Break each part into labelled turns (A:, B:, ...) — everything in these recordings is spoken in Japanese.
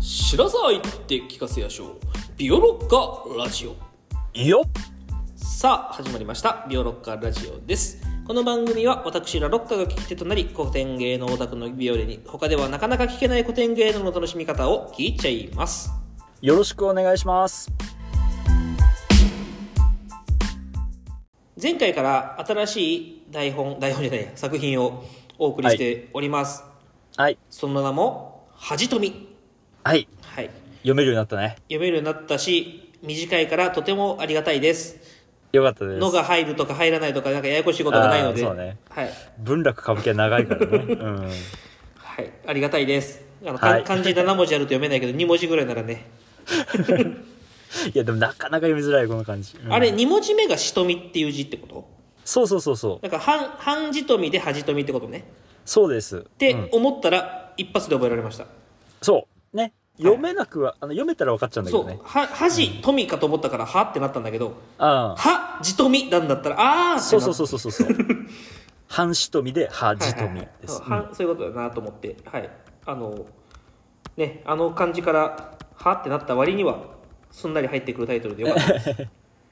A: 知らざいって聞かせやしょうビオロッカラジオ
B: いいよ
A: さあ始まりましたビオロッカラジオですこの番組は私らロッカが聞き手となり古典芸能オタクのビオレに他ではなかなか聞けない古典芸能の楽しみ方を聞いちゃいます
B: よろしくお願いします
A: 前回から新しい台本台本じゃないや作品をお送りしております、
B: はい
A: その名も恥とみ
B: はい
A: はい
B: 読めるようになったね
A: 読めるようになったし短いからとてもありがたいです
B: よかったです
A: のが入るとか入らないとかなんかややこしいことがないので
B: あーそうね
A: はい、
B: 文楽歌舞伎は長いからね う
A: は
B: ん
A: い、ありがたいですあの、か
B: はい
A: 漢字7文字あると読めないけど2文字ぐ らいならね、
B: いやでもなかなか読みづらいこの感じ、うん
A: あれ2文字目が「しとみ」っていう字ってこと
B: そうそうそうそう
A: だから半半字とみで恥とみってことね
B: そうです
A: って思ったら一発で覚えられました、
B: そうね読めなくは、あの読めたら分かっちゃうんだけ
A: そ
B: ど
A: う
B: ね
A: は恥とみかと思ったから「は」ってなったんだけど「
B: ああ
A: は」字とみなんだったら「あー」ってな
B: そうそう
A: う
B: そうそうそう そう半しとみで恥とみです、
A: はいはいはいそうはそういうことだなと思ってはいあのねあの漢字から「は」ってなった割にはすんなり入ってくるタイトルでよかったです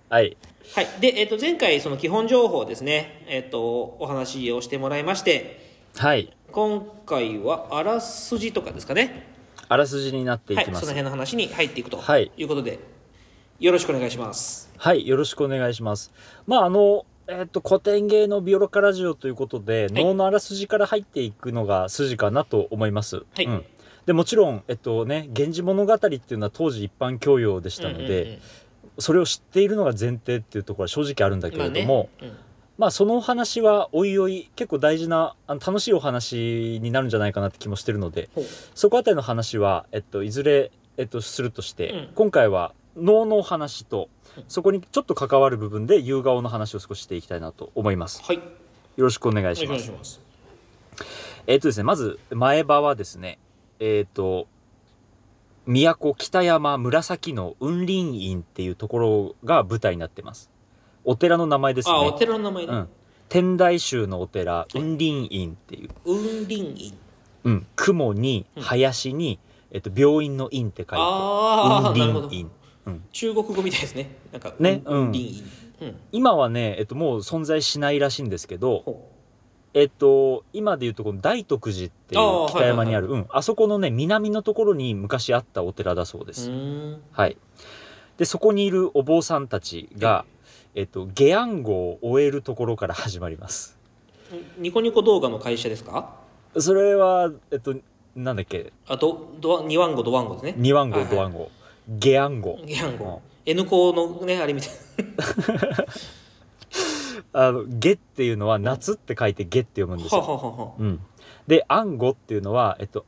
B: はい
A: はい。で、えっ、と、前回、その基本情報ですね、えっ、と、お話をしてもらいまして、
B: はい
A: 今回はあらすじとかですかね。
B: あらすじになってい
A: はい。
B: き
A: その
B: ます
A: 辺の話に入っていくと
B: はい
A: いうことで、よろしくお願いします。
B: はい、よろしくお願いします。まああの、えっと古典芸のビオロカラジオということで、能のあらすじから入っていくのが筋かなと思います。
A: い
B: うん、でもちろんえっとね「源氏物語」っていうのは当時一般教養でしたので、
A: うんうんうん
B: それを知っているのが前提っていうところは正直あるんだけれども、まあ
A: まあね
B: そのお話はおいおい結構大事なあの楽しいお話になるんじゃないかなって気もしてるので
A: うんほう
B: そこあたりの話は、えっと、いずれ、えっと、するとして、
A: うん
B: 今回は能のお話と
A: うん
B: そこにちょっと関わる部分で夕顔の話を少ししていきたいなと思います
A: はい。
B: よろしくお願いし
A: お願
B: ま
A: い
B: す
A: します。
B: えっとですねまず前場はですねえっと都北山紫の雲林院っていうところが舞台になってますお寺の名前ですね
A: あ、お寺の名前
B: う
A: ね
B: ん。天台宗のお寺雲林院っていう
A: 雲林院。
B: うん、雲に林に、えっと、病院の院って書いて
A: あーなるほ
B: 雲
A: ど
B: 林院うん
A: 中国語みたいですね。なんか、
B: ね
A: 雲林院。うん。
B: 今はね、えっと、もう存在しないらしいんですけど、
A: ほ
B: えっと、今でいうとこの大徳寺ってい
A: あー
B: う北山にある、うん、あそこのね南のところに昔あったお寺だそうで
A: うう
B: す、
A: ーん。
B: はいでそこにいるお坊さんたちが、えっと、下暗号を終えるところから始まります
A: ニコニコ動画の会社ですか
B: それはえっとなんだっけ
A: あと、ドワニワンゴ、ドワンゴですね。
B: 二暗
A: は
B: 号
A: いはい
B: 五暗号下暗号
A: ギャンゴ N 校のねあれみたい
B: あの下っていうのは夏って書いて下って読むん
A: な
B: です
A: は
B: よ
A: ははは
B: うん、で「暗号」っていうのは、えっと、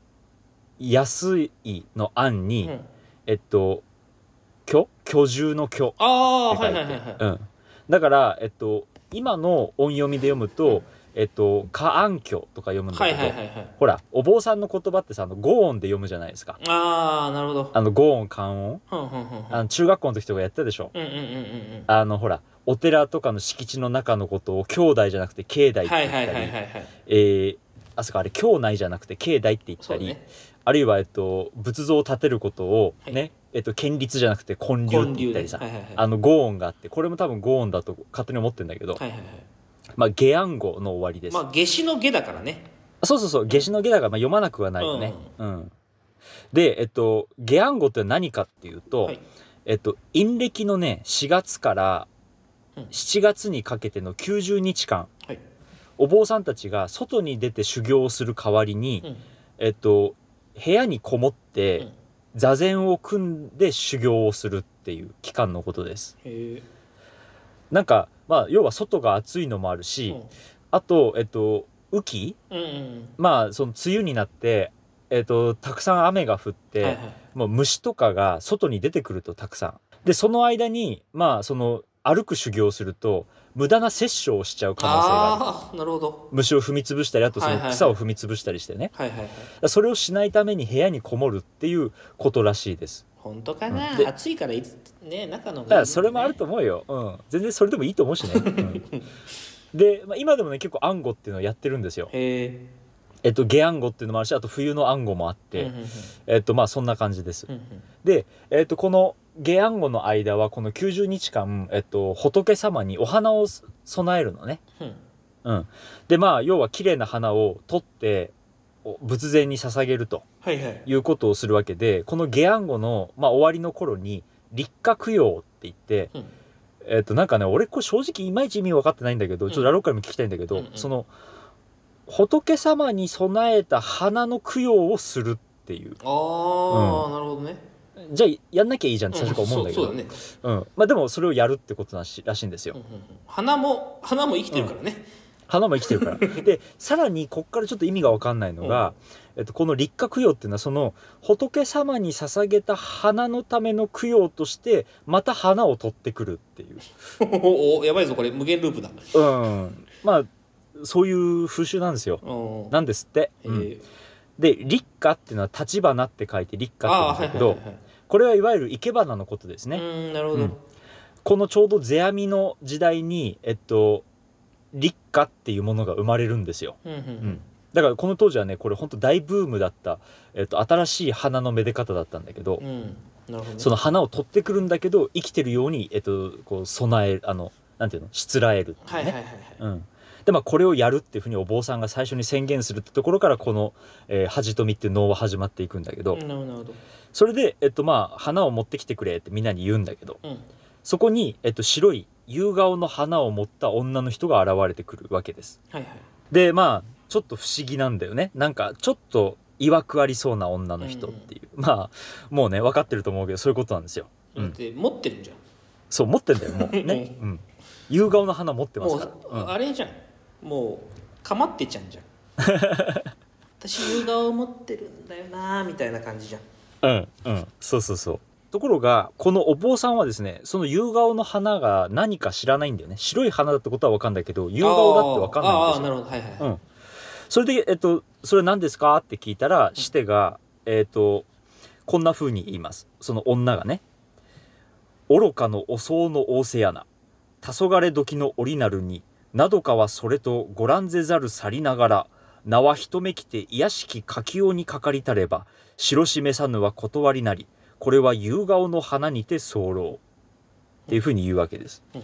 B: 安いの「暗」に、
A: うん
B: えっと「居」居住の「居」
A: ああ
B: って書
A: はいい
B: て
A: はいはいはい
B: うん、だから、えっと、今の音読みで読むと「えっと、下暗居」とか読むんだ
A: は
B: け
A: い
B: ど、
A: はいはいはい
B: ほらお坊さんの言葉ってさあの五音で読むじゃないですか
A: ああなるほど
B: あの五音漢音
A: ふんふんふんふん
B: あの中学校の時とかやったでしょ
A: うんうんうんうん
B: あのほらお寺とかの敷地の中のことを兄弟じゃなくて境
A: う
B: 内っ
A: ん
B: て
A: は
B: 言
A: い
B: っ
A: はい
B: た
A: はいはい
B: り
A: はい
B: えーあそこあれ境内じゃなくて境内って言っ
A: そ
B: た
A: う
B: り、
A: ね
B: あるいは、えっと、仏像を建てることを、
A: はい
B: ね、えっと、建立じゃなくて建立って言ったりさ、
A: 建立ねはいはいはい
B: あの、五音があって、これも多分五音だと勝手に思ってるんだけど、
A: はいはいはい
B: まあ、下暗号の終わりです。
A: まあ夏至の下だからね
B: そうそうそう、下至の下だから、まあ、読まなくはないよね。うん。で、えっと、下暗号って何かっていうと、
A: はい
B: えっと、陰暦のね、4月から
A: うん
B: 7月にかけての90日間、
A: はい
B: お坊さんたちが外に出て修行をする代わりに、
A: うん
B: えっと、部屋にこもっ
A: う
B: て
A: ん
B: 座禅を組んで修行をするっていう期間のことです。
A: へえ
B: なんか、まあ、要は外が暑いのもあるし、あと、えっと、雨季
A: うんうんうん
B: まあ、その梅雨になって、えっと、たくさん雨が降って、
A: はいはい
B: もう虫とかが外に出てくるとたくさん。で、その間に、まあ、その、歩く修行をすると、無駄な殺生をしちゃう可能性がある。
A: ああなるほど
B: 虫を踏み潰したり、あとそ
A: はい
B: の
A: はいはい
B: 草を踏み潰したりしてね。
A: はいはいはい
B: だからそれをしないために部屋にこもるっていうことらしいです。
A: 本当か
B: う
A: な、
B: んで
A: 暑いからいつね中の
B: だからそれもあると思うよ。うん。全然それでもいいと思うしね。うんで、まあ、今でもね結構暗号っていうのをやってるんですよ。
A: へえ
B: えっと、下暗号っていうのもあるしあと冬の暗号もあっ
A: う
B: て、
A: んうんうん
B: えっとまあそんな感じです、
A: うんうん
B: で、えっとこの下暗号の間はこの90日間、えっと仏様にお花を供えるのね
A: うん
B: うんでまあ要は綺麗な花を取ってお仏前に捧げると
A: はいはい
B: いうことをするわけでこの下暗号の、まあ、終わりの頃に立花供養って言って、
A: うん
B: えっとなんかね俺これ正直いまいち意味分かってないんだけど、ちょっとラロッカにも聞きたいんだけど、
A: うんうん
B: その仏様に供えた花の供養をするっていう
A: ああ、なるほどね
B: じゃあやんなきゃいいじゃんって最初から思うんだけど、
A: うそうそうだね、
B: うんまあ、でもそれをやるってことらしらしいんですよ
A: うんうんうん、花も花も生きてるからね、
B: 花も生きてる からでさらにこっからちょっと意味が分かんないのが、えっと、この立花供養っていうのはその仏様に捧げた花のための供養としてまた花を取ってくるっていう、
A: おおやばいぞこれ無限ループだ
B: うん、まあそういう風習なんですよ
A: お
B: なんですって、
A: え
B: うん
A: ー
B: で立花っていうのは立花って書いて立花
A: あ
B: っ
A: あ
B: て
A: ー
B: 言うんだけ
A: はい
B: ど、
A: はいはい、はい
B: これはいわゆる生け花のことですね、
A: うーんなるほど、
B: うんこのちょうど世阿弥の時代にえっと立花っていうものが生まれるんですよ
A: うんうん
B: うんだからこの当時はねこれ本当大ブームだった、えっと、新しい花のめで方だったんだけど、
A: うんなるほどね
B: その花を取ってくるんだけど生きてるように、えっと、こう備えあのなんていうのしつらえるっていう
A: はい
B: ね、
A: はいはいはい、
B: うん、でまあこれをやるっていうふうにお坊さんが最初に宣言するってところからこの「えー、恥富」っていう能は始まっていくんだけど、
A: なるほどなるほど
B: それで、えっと、まあ花を持ってきてくれってみんなに言うんだけど
A: うん
B: そこに、えっと、白い夕顔の花を持った女の人が現れてくるわけです。
A: はいはい
B: でまあちょっと不思議なんだよねなんかちょっと曰くありそうな女の人っていう、まあもうね分かってると思うけどそういうことなんですようん
A: だって持ってるじゃん、
B: そう持ってんだ よもうね、うん、夕顔の花持ってま
A: も
B: す
A: う
B: か
A: さ
B: ら、うん
A: あれじゃんもうかまってちゃん じゃん私夕顔を持ってるんだよなーみたいな感じじゃん
B: うんうんそうそうそうところがこのお坊さんはですねその夕顔の花が何か知らないんだよね白い花だってことは分かんないけど夕顔だって分かんないん
A: あーあー
B: です
A: な
B: よ
A: るほどはいはい、
B: うんそれでえっとそれ何ですかって聞いたらシテがえっとこんな風に言いますその女がね愚かのお僧の仰せやな黄昏時の折なるになどかはそれとご覧ぜざる去りながら名は一目きて癒しき柿用にかかりたれば白しめさぬは断りなりこれは夕顔の花にて候っていうふうに言うわけです、
A: うん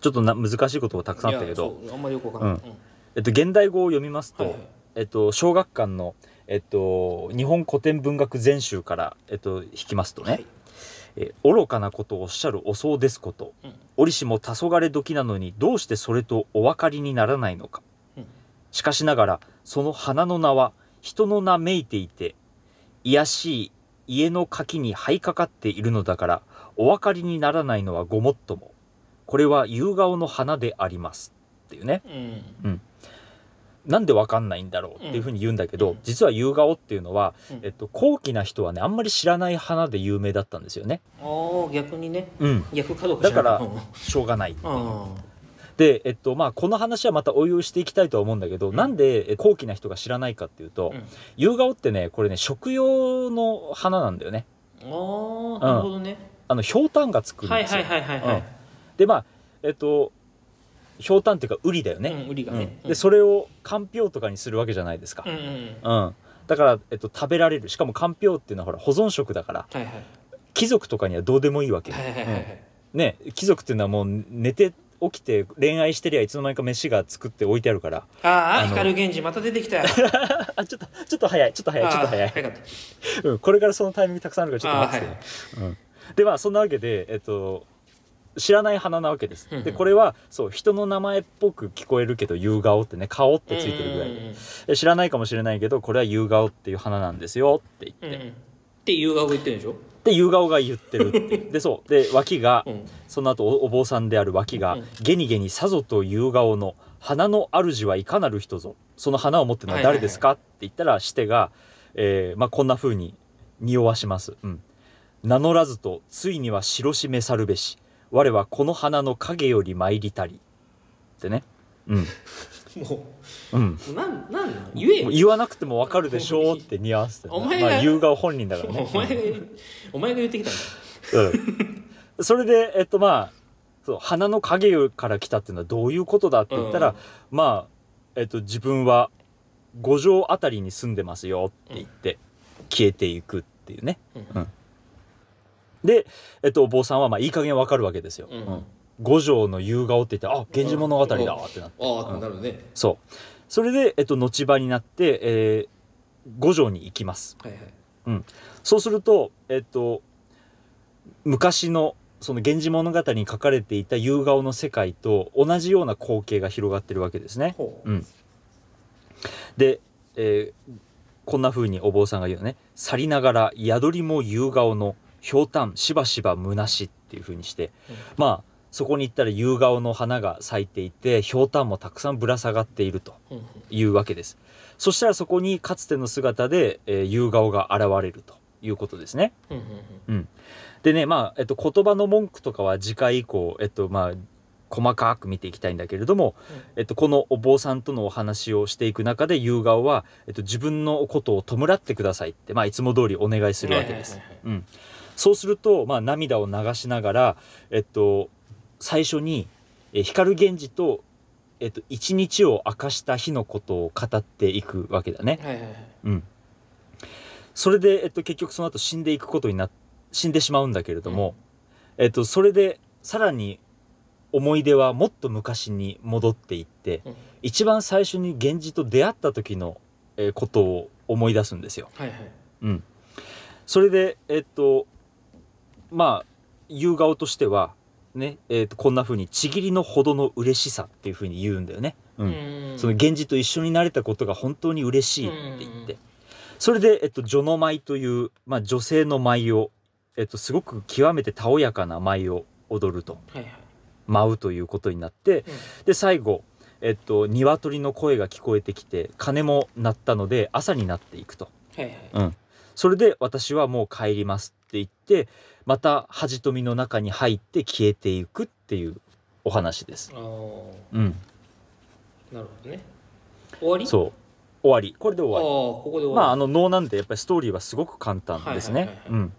B: ちょっとな難しいことをたくさんあったけど、
A: いやそうあんまりよくわかんない、
B: えっと、現代語を読みますと、
A: はいはい
B: えっと、小学館の、えっと、日本古典文学全集から、えっと、引きますとね、
A: はい
B: えー愚かなことをおっしゃるおそうですこと、
A: うん
B: 折しも黄昏時なのにどうしてそれとお分かりにならないのか、
A: うん
B: しかしながらその花の名は人の名めいていて卑しい家の垣に這いかかっているのだからお分かりにならないのはごもっともこれは夕顔の花でありますっていうね
A: うん
B: なんで分かんないんだろうっていうふうに言うんだけど、
A: うん
B: 実は夕顔っていうのは、
A: うん
B: えっと、高貴な人はねあんまり知らない花で有名だったんですよね。
A: ああ逆にね
B: うん、
A: 逆かどうか
B: だ
A: 知
B: からら
A: ない
B: しょうがない
A: うんうん
B: で、えっとまあ、この話はまたおいおいしていきたいとは思うんだけど、
A: ん
B: なんでえ高貴な人が知らないかっていうと、
A: うん
B: 夕顔ってねこれね食用の花なんだよね
A: ああなるほどね、
B: あのひょうたんが作るん
A: はい
B: です
A: は
B: よ、
A: いはいはいはい、
B: うんでまあえっとひょうたんっていうかウリだよ
A: う
B: ね、
A: ん、売りが
B: うん
A: ね、うん、
B: でそれをかんぴょうとかにするわけじゃないですか
A: う、んうんうん
B: うんだから、えっと、食べられるしかもかんぴょうっていうのはほら保存食だから
A: はいはい
B: 貴族とかにはどうでもいいわけ、
A: はいはいはいはい
B: ね貴族っていうのはもう寝て起きて恋愛してりゃいつの間にか飯が作って置いてあるから
A: あ
B: あ
A: あ
B: の
A: 光源氏また出てきたち
B: あ ちょっとちょっと早いちょっと早いちょっと早い、
A: 早かった
B: うん、これからそのタイミングたくさんあるからちょっと待っててね、うん、でまあそんなわけでえっと知らない花なわけです
A: うんうん
B: でこれはそう人の名前っぽく聞こえるけど夕顔ってね顔ってついてるぐらい
A: うんうん
B: でで知らないかもしれないけどこれは夕顔っていう花なんですよって言
A: うんう
B: って
A: んって夕顔が言ってるんでしょ、
B: で夕顔が言ってるっていうでそうで脇が
A: うん、
B: その後おお坊さんである脇が
A: うん
B: 「ゲニゲニさぞと夕顔の花の主はいかなる人ぞその花を持ってるのは誰ですか?」って言ったらしてが、えーまあ、こんな風に匂わします、うん名乗らずとついには白しめさるべし我はこの花の影より参りたり」ってねうん
A: も
B: うん
A: うなんなんなん言えよ
B: 言わなくてもわかるでしょうって匂わせてね、
A: お前
B: ま
A: が
B: あ、夕顔本人だからね
A: お前がお前が言ってきたんだ
B: うんそれでえっとまあそう花の影から来たっていうのはどういうことだって言ったら、
A: うん
B: まあえっと自分は5畳あたりに住んでますよって言って、消えていくっていうね。
A: うん
B: うんで、えっと、お坊さんはまあいい加減わかるわけですよ。
A: うん
B: 五条の夕顔って言って、あ、源氏物語だってなって。
C: ああ、なるほどね。
B: そう。それで、えっと、後場になって、えー五条に行きます。
A: はいはい
B: そうすると、えっと、昔の、その源氏物語に書かれていた夕顔の世界と同じような光景が広がってるわけですね。
A: ほう
B: うん、で、えーこんな風にお坊さんが言うのね「去りながら宿りも夕顔のひょうたんしばしばむなし」っていう風にして、
A: うん
B: まあそこに行ったら夕顔の花が咲いていてひょうたんもたくさんぶら下がっていると
A: うんうん
B: いうわけですそしたらそこにかつての姿で、えー夕顔が現れるということですね
A: うんうん
B: でねまあ、えっと、言葉の文句とかは次回以降、えっとまあ、細かく見ていきたいんだけれども、えっと、このお坊さんとのお話をしていく中で夕顔は、えっと、自分のことを弔ってくださいって、まあ、いつも通りお願いするわけで
A: は
B: す。
A: いはいはい
B: うん、そうすると、まあ、涙を流しながら、えっと、最初に、え光源氏と、えっと、一日を明かした日のことを語っていくわけだね。
A: はいはいはい
B: うん、それで、えっと、結局その後死んでいくことになっ死んでしまうんだけれども、えっと、それでさらに思い出はもっと昔に戻っていって
A: うん
B: 一番最初に源氏と出会った時の、えーことを思い出すんですよ。
A: はいはい
B: うん、それでえっとまあ夕顔としては、ねえっとこんな風に「ちぎりのほどの嬉しさ」っていう風に言うんだよね。うん
A: うん
B: その源氏と一緒になれたことが本当に嬉しいって言っ
A: う
B: て。それで、えっと、女の舞という、まあ、女性の舞を、えっと、すごく極めてたおやかな舞を踊ると、
A: はいはい
B: 舞うということになって、で、最後、えっと、鶏の声が聞こえてきて、鐘も鳴ったので、朝になっていくと。
A: はいはい
B: それで、私はもう帰りますって言って、また、恥とみの中に入って消えていくっていうお話です。
A: あー
B: うん。
A: なるほどね終わりう
B: そう。終わり。これで終
A: ああ
B: わり。
A: ここで終
B: まあ、あ
A: わ
B: の能なんてやっぱりストーリーはすごく簡単です
A: はいはいは
B: ね
A: い。はい
B: うん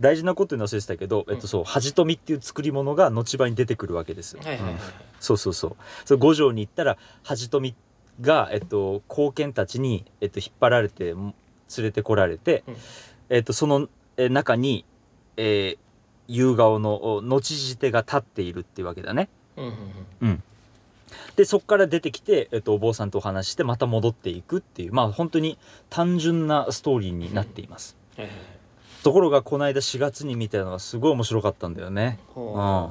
B: 大事なことに忘れてたけど、えっと、そう、恥とみっていう作り物が後場に出てくるわけです。
A: りはいはいはいはい
B: そうそうそう。その五条に行ったら、恥とみが、えっと、貢献たちに、えっと、引っ張られて、も連れてこられて、
A: うん
B: えっと、そのえー中に、えー夕顔のお後じてが立っているっていうわけだね。
A: うんうんうん
B: で、そこから出てきて、えっと、お坊さんとお話しして、また戻っていくっていう、まあ、本当に単純なストーリーになっています。
A: はいはい
B: ところがこの間4月に見たのがすごい面白かったんだよね。
A: ほう
B: うん、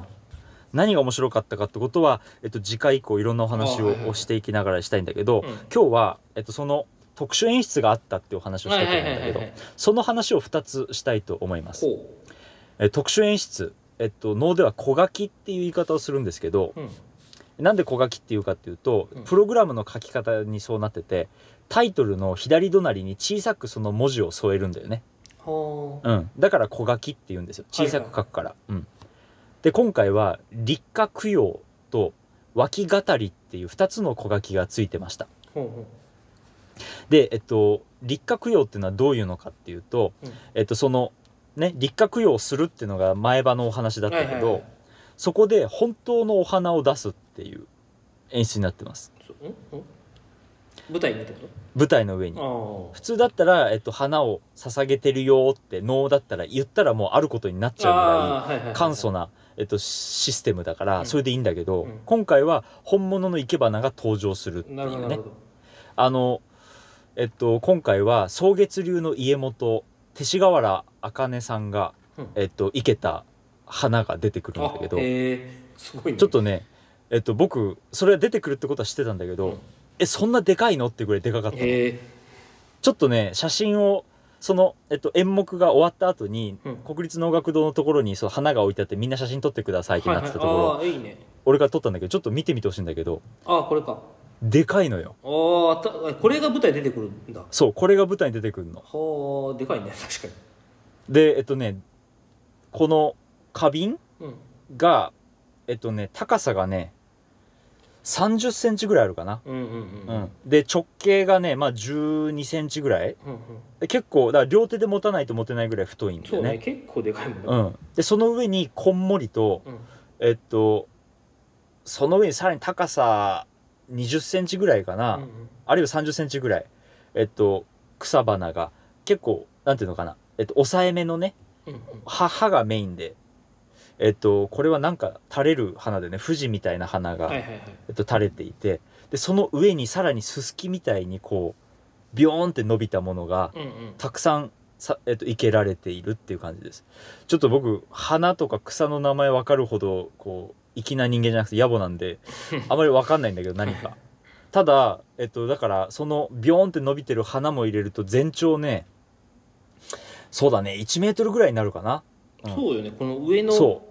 B: 何が面白かったかってことは、えっと、次回以降いろんなお話
A: あはいはいはい
B: をしていきながらしたいんだけど、
A: うん
B: 今日は、えっと、その特殊演出があったっていうお話をしたいと思うんだけど
A: はいはいはいはいはい
B: その話を2つしたいと思います。
A: ほ
B: えー特殊演出、えっと、能では小書きっていう言い方をするんですけど
A: ううん
B: なんで小書きっていうかっていうと
A: うん
B: プログラムの書き方にそうなっててタイトルの左隣に小さくその文字を添えるんだよね。
A: ほう
B: うん、だから小書きって言うんですよ小さく書くから、うん、で今回は立花供養と脇語りっていう2つの小書きがついてました
A: ほうほう
B: でえっと立花供養っていうのはどういうのかっていうと、
A: うん
B: えっとそのね立花供養をするっていうのが前場のお話だったけど、
A: はいはいはい
B: そこで本当のお花を出すっていう演出になってます
A: そうんうん舞台にってこ
B: 舞台の上に
A: と
B: 普通だったら、えっと、花を捧げてるよって能だったら言ったらもうあることになっちゃうぐらい
A: ああーはいはいはい
B: 簡素な、えっと、システムだか
A: う
B: ら
A: ん
B: それでいいんだけど、
A: うん
B: 今回は本物の生け花が登場するってい
A: なるほど
B: う
A: なる
B: ね
A: ほど
B: あの、えっと、今回は草月流の家元勅使河原茜さんが、
A: うん
B: えっと、生けた花が出てくるんだけど
A: あへえすごいね
B: ちょっとね、えっと、僕それは出てくるってことは知ってたんだけど、
A: うん
B: えそんなでかいのってぐらいでかかったの
A: へえ
B: ちょっとね写真をその、えっと、演目が終わった後に、
A: うん
B: 国立能楽堂のところにその花が置いてあってみんな写真撮ってくださいってなってたところ、
A: はいはいああいいね
B: 俺が撮ったんだけどちょっと見てみてほしいんだけど
A: ああこれか
B: でかいのよ
A: ああたこれが舞台出てくるんだ
B: そうこれが舞台に出てくるの
A: はあでかいね確か
B: でえっとねこの花瓶
A: にうん
B: がえっとね高さがね3 0センチぐらいあるかな、
A: うんうんうんうん
B: で直径がねまあ1 2センチぐらい
A: うん
B: で結構だから両手で持たないと持てないぐらい太いんだ
A: そ
B: よ
A: う
B: ね
A: ね結構でかいもん
B: う
A: ね
B: ん、でその上にこんもりと
A: うん
B: えっとその上にさらに高さ2 0センチぐらいかな、
A: うんうん
B: あるいは30センチぐらい、えっと、草花が結構、なんていうのかな、えっと、抑えめのね、
A: うんうん
B: 葉葉がメインで、えっと、これはなんか垂れる花でね、富士みたいな花が、
A: はいはいはい
B: えっと、垂れていて、で、その上にさらにススキみたいにこう、ビヨーンって伸びたものが、
A: うんうん
B: たくさんさ、えっと、生けられているっていう感じですちょっと僕花とか草の名前わかるほどこう粋な人間じゃなくて野暮なん であまりわかんないんだけど何かただえっとだからそのビョーンって伸びてる花も入れると全長ねそうだね1メートルぐらいになるかなうん
A: そうよねこの上の
B: そ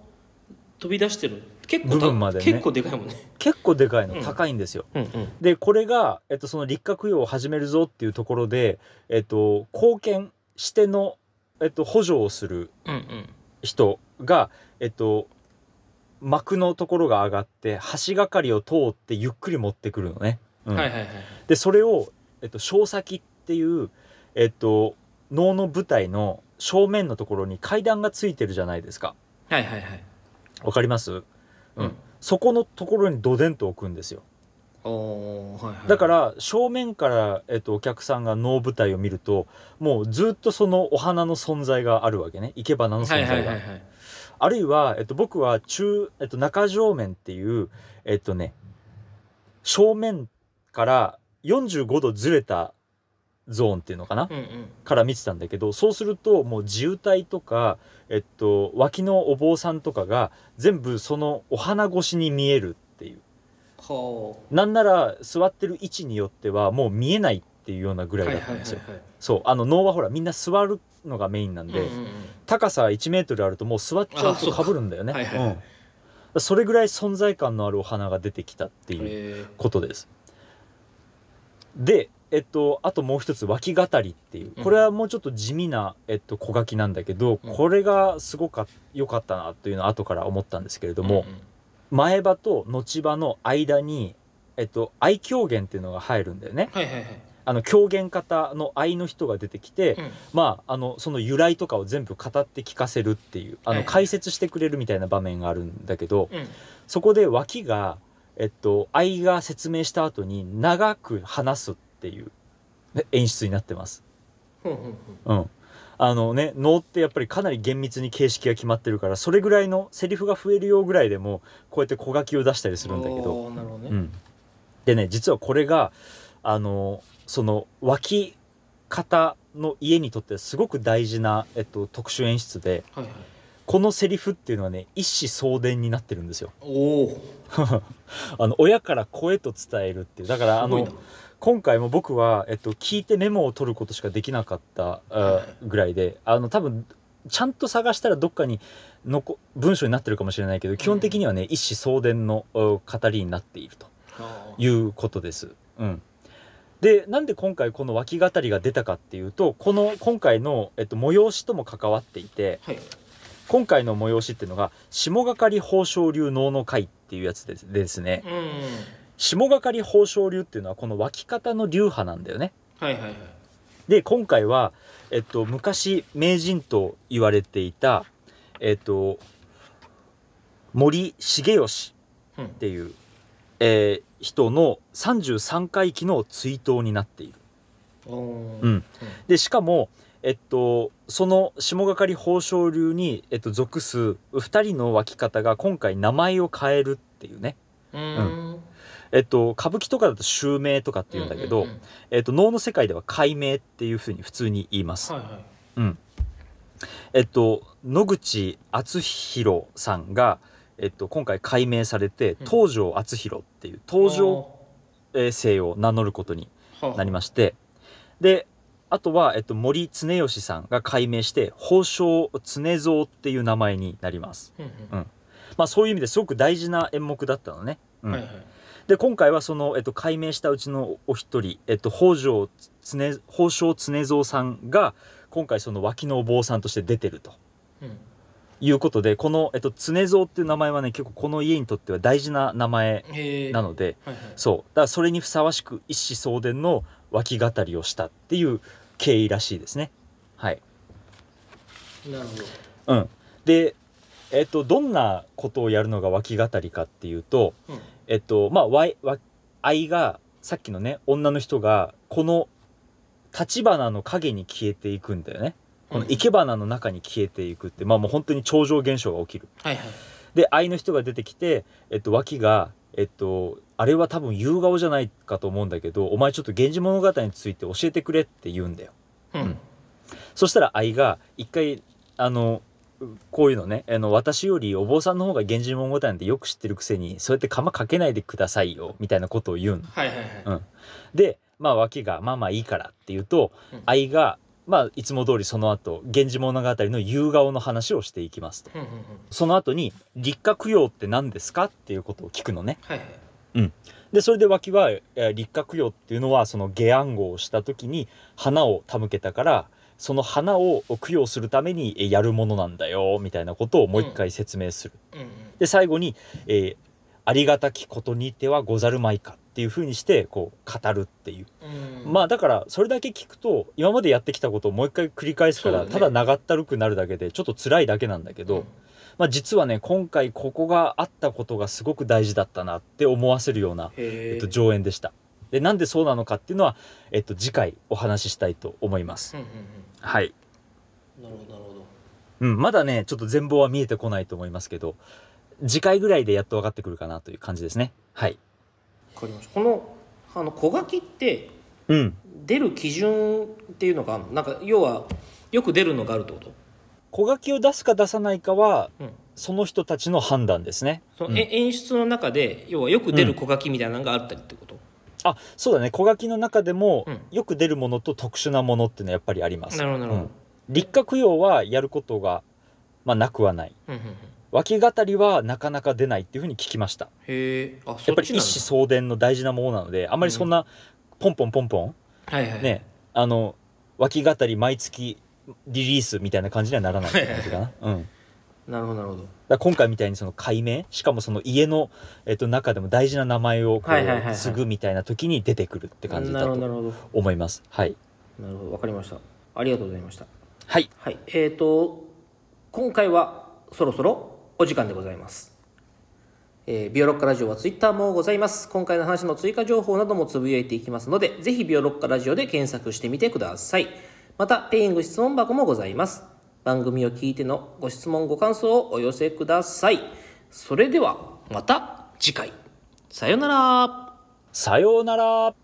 A: 飛び出してる結構
B: 部
A: た
B: 分までね
A: 結構でかいもんね
B: う結構でかいの、
A: うん
B: 高いんですよ
A: うんうん
B: でこれが、えっと、その立夏供養を始めるぞっていうところで、えっと、貢献しての、えっと、補助をする
A: うんうん
B: 人が、えっと、幕のところが上がって橋がかりを通ってゆっくり持ってくるのね。うん
A: はいはいはいはい
B: でそれを、えっと、小先っていう、えっと、能の舞台の正面のところに階段がついてるじゃないですか。
A: はいはいはい
B: わかります、うん
A: うん
B: そこのところにどでんと置くんですよ。
A: おーはいはい
B: だから正面から、えっと、お客さんが能舞台を見るともうずっとそのお花の存在があるわけね生け花の
A: はい
B: 存在
A: はい
B: が
A: はい。はい
B: あるいは、えっと、僕は中、えっと、中正面っていう、えっとね、正面から45度ずれたゾーンっていうのかな、
A: うんうん
B: から見てたんだけど、そうするともう自由体とか、えっと、脇のお坊さんとかが全部そのお花越しに見えるっていう。
A: は
B: なんなら座ってる位置によってはもう見えないっていうようなぐ
A: あ
B: らい
A: はい
B: だ
A: はい
B: った
A: はい
B: ん
A: はい
B: ですよ。そう。あの、能はほらみんな座るのがメインなんで、
A: うんうん
B: 高さ1メートルあるともう座っちゃうと被るんだよね。
A: あそうかはいはい
B: うん、それぐらい存在感のあるお花が出てきたって
A: うん
B: いう
A: へー
B: ことです。で、えっと、あともう一つ脇語りっていう
A: うん
B: これはもうちょっと地味な、えっと、小書きなんだけど、
A: うん
B: これがすごか良かったなというのは後から思ったんですけれども、
A: うんうん
B: 前歯と後歯の間に、えっと、愛狂言っていうのが入るんだよね。
A: はいはいはい
B: あの狂言方の愛の人が出てきて、
A: うん
B: まあ、あのその由来とかを全部語って聞かせるっていうあ
A: はい
B: の
A: はい
B: 解説してくれるみたいな場面があるんだけど、
A: うん
B: そこで脇が、えっと、愛が説明した後に長く話すっていうね演出になってます。
A: ほうほうほ
B: うんあのね、能ってやっぱりかなり厳密に形式が決まってるからそれぐらいのセリフが増えるようぐらいでもこうやって小書きを出したり
A: う
B: するんだけど、
A: おーなるほど
B: う
A: ね
B: ん、でね実はこれがあのその脇方の家にとってすごく大事な、えっと、特殊演出で
A: はいはい
B: このセリフっていうのはね一子相伝になってるんですよ
A: おお
B: あの親から子へと伝えるっていうだからあの今回も僕は、えっと、聞いてメモを取ることしかできなかったあぐらいであの多分ちゃんと探したらどっかにのこ文章になってるかもしれないけど基本的にはね一子相伝のうん語りになっていると。いうことです。うん、でなんで今回この脇語りが出たかっていうとこの今回の、えっと、催しとも関わっていて
A: はい
B: 今回の催しっていうのが下掛かり宝生流能の会っていうやつですでですね
A: うん
B: 下掛かり宝生流っていうのはこの脇方の流派なんだよね。
A: はいはいはい
B: で今回は、えっと、昔名人と言われていた、えっと、森重義
A: うん
B: っていう、えー人の33回忌の追悼になっている。
A: おー
B: うんでしかも、えっと、その下掛かり宝生流に、えっと、属す2人の脇方が今回名前を変えるっていうね、
A: うんっ
B: えっと、歌舞伎とかだと襲名とかっていうんだけど、
A: はい
B: えっと、能の世界では改名っていうふうに普通に言います。
A: は
B: えっと、野口敦弘さんが、えっと、今回改名されて
A: うん
B: 東条敦弘っていう
A: い
B: 東条えー姓を名乗ることになりましてであとは、えっと、森常義さんが改名して宝生常蔵っていう名前になります、
A: す
B: うんまあ、そういう意味ですごく大事な演目だったのね、うん
A: はいはい
B: で今回はその、えっと、改名したうちのお一人、えっと、北条常宝生常蔵さんが今回その脇のお坊さんとして出てると
A: うん
B: いうことでこの、えっと、常蔵っていう名前はね結構この家にとっては大事な名前
A: へー
B: なので、
A: はいはい
B: そうだからそれにふさわしく一子相伝の脇語りをしたっていう経緯らしいですねはい
A: なるほど
B: うんでえっとどんなことをやるのが脇語りかっていうと
A: うん
B: えっとまあわいわ愛がさっきのね女の人がこの立花の影に消えていくんだよねこの生け花の中に消えていくって、まあもう本当に超常現象が起きる
A: はいはい
B: で愛の人が出てきて、えっと、脇が、えっと、あれは多分夕顔じゃないかと思うんだけどお前ちょっと「源氏物語」について教えてくれって言うんだよ
A: うん
B: んそしたら愛が一回あのこういうのねあの私よりお坊さんの方が「源氏物語」なんてよく知ってるくせにそうやって釜かけないでくださいよみたいなことを言うの
A: はいはいはい
B: で、まあ、脇が「まあまあいいから」って言うと、
A: うん
B: 愛が、まあ、いつも通りその後源氏物語」の夕顔の話をしていきますと
A: うんうんうん
B: その後に「立花供養って何ですか?」っていうことを聞くのね
A: はいはい
B: でそれで脇はえー「立花供養っていうのはその下暗号をした時に花を手向けたからその花を供養するためにえーやるものなんだよみたいなことをもう一回説明する、
A: うんうん
B: で最後に、えーありがたきことにてはござるまいか」っていうふうにしてこう語るっていう
A: うん
B: まあだからそれだけ聞くと今までやってきたことをもう一回繰り返すか
A: そう
B: ら
A: だね
B: ただ長ったるくなるだけでちょっと辛いだけなんだけど、まあ、実はね今回ここがあったことがすごく大事だったなって思わせるような、
A: へ
B: え
A: え
B: っと、上演でした。でなんでそうなのかっていうのは、えっと、次回お話ししたいと思います。
A: うんうん
B: はい、
A: うんなるほどなるほど
B: うん、まだねちょっと全貌は見えてこないと思いますけど次回ぐらいでやっと分かってくるかなという感じですね。はい、
A: わかりましたこのあの小書きって
B: うん
A: 出る基準っていうのがあるのなんか要はよく出るのがあるってこと、
B: 小書きを出すか出さないかは
A: うん
B: その人たちの判断ですね。
A: その
B: うん
A: え演出の中で要はよく出る小書きみたいなのがあったりってこと、
B: あそうだね小書きの中でも
A: うん
B: よく出るものと特殊なものっていうのはやっぱりあります
A: なるほどなるほど
B: うん立花供養はやることが、まあ、なくはない
A: うんうんうん、
B: 脇語りはなかなか出ないっていうふうに聞きました
A: へえあ
B: や
A: そ
B: っぱ
A: っ
B: り
A: ち
B: 一
A: なん
B: 子相伝の大事なものなのであんまりそんなポンポンポンポ
A: だはいは
B: ン
A: い、
B: ねあの脇語り毎月リリースみたいな感じにはならないって感じかな、うん、だか
A: なるほどなるほど
B: ら今回みたいにその解明しかもその家の、えっと、中でも大事な名前をこ
A: はいはいはいは
B: う
A: い
B: 継ぐみたいな時に出てくるって感じ
A: な
B: だ
A: るほどな
B: と
A: るほど
B: 思いますはい
A: なるほどわかりましたありがとうございました
B: はい
A: はいえー、と今回はそろそろお時間でございますえービオロッカラジオはツイッターもございます。今回の話の追加情報などもつぶやいていきますので、ぜひビオロッカラジオで検索してみてください。また、ペイング質問箱もございます。番組を聞いてのご質問、ご感想をお寄せください。それでは、また次回。さよなら。
B: さようなら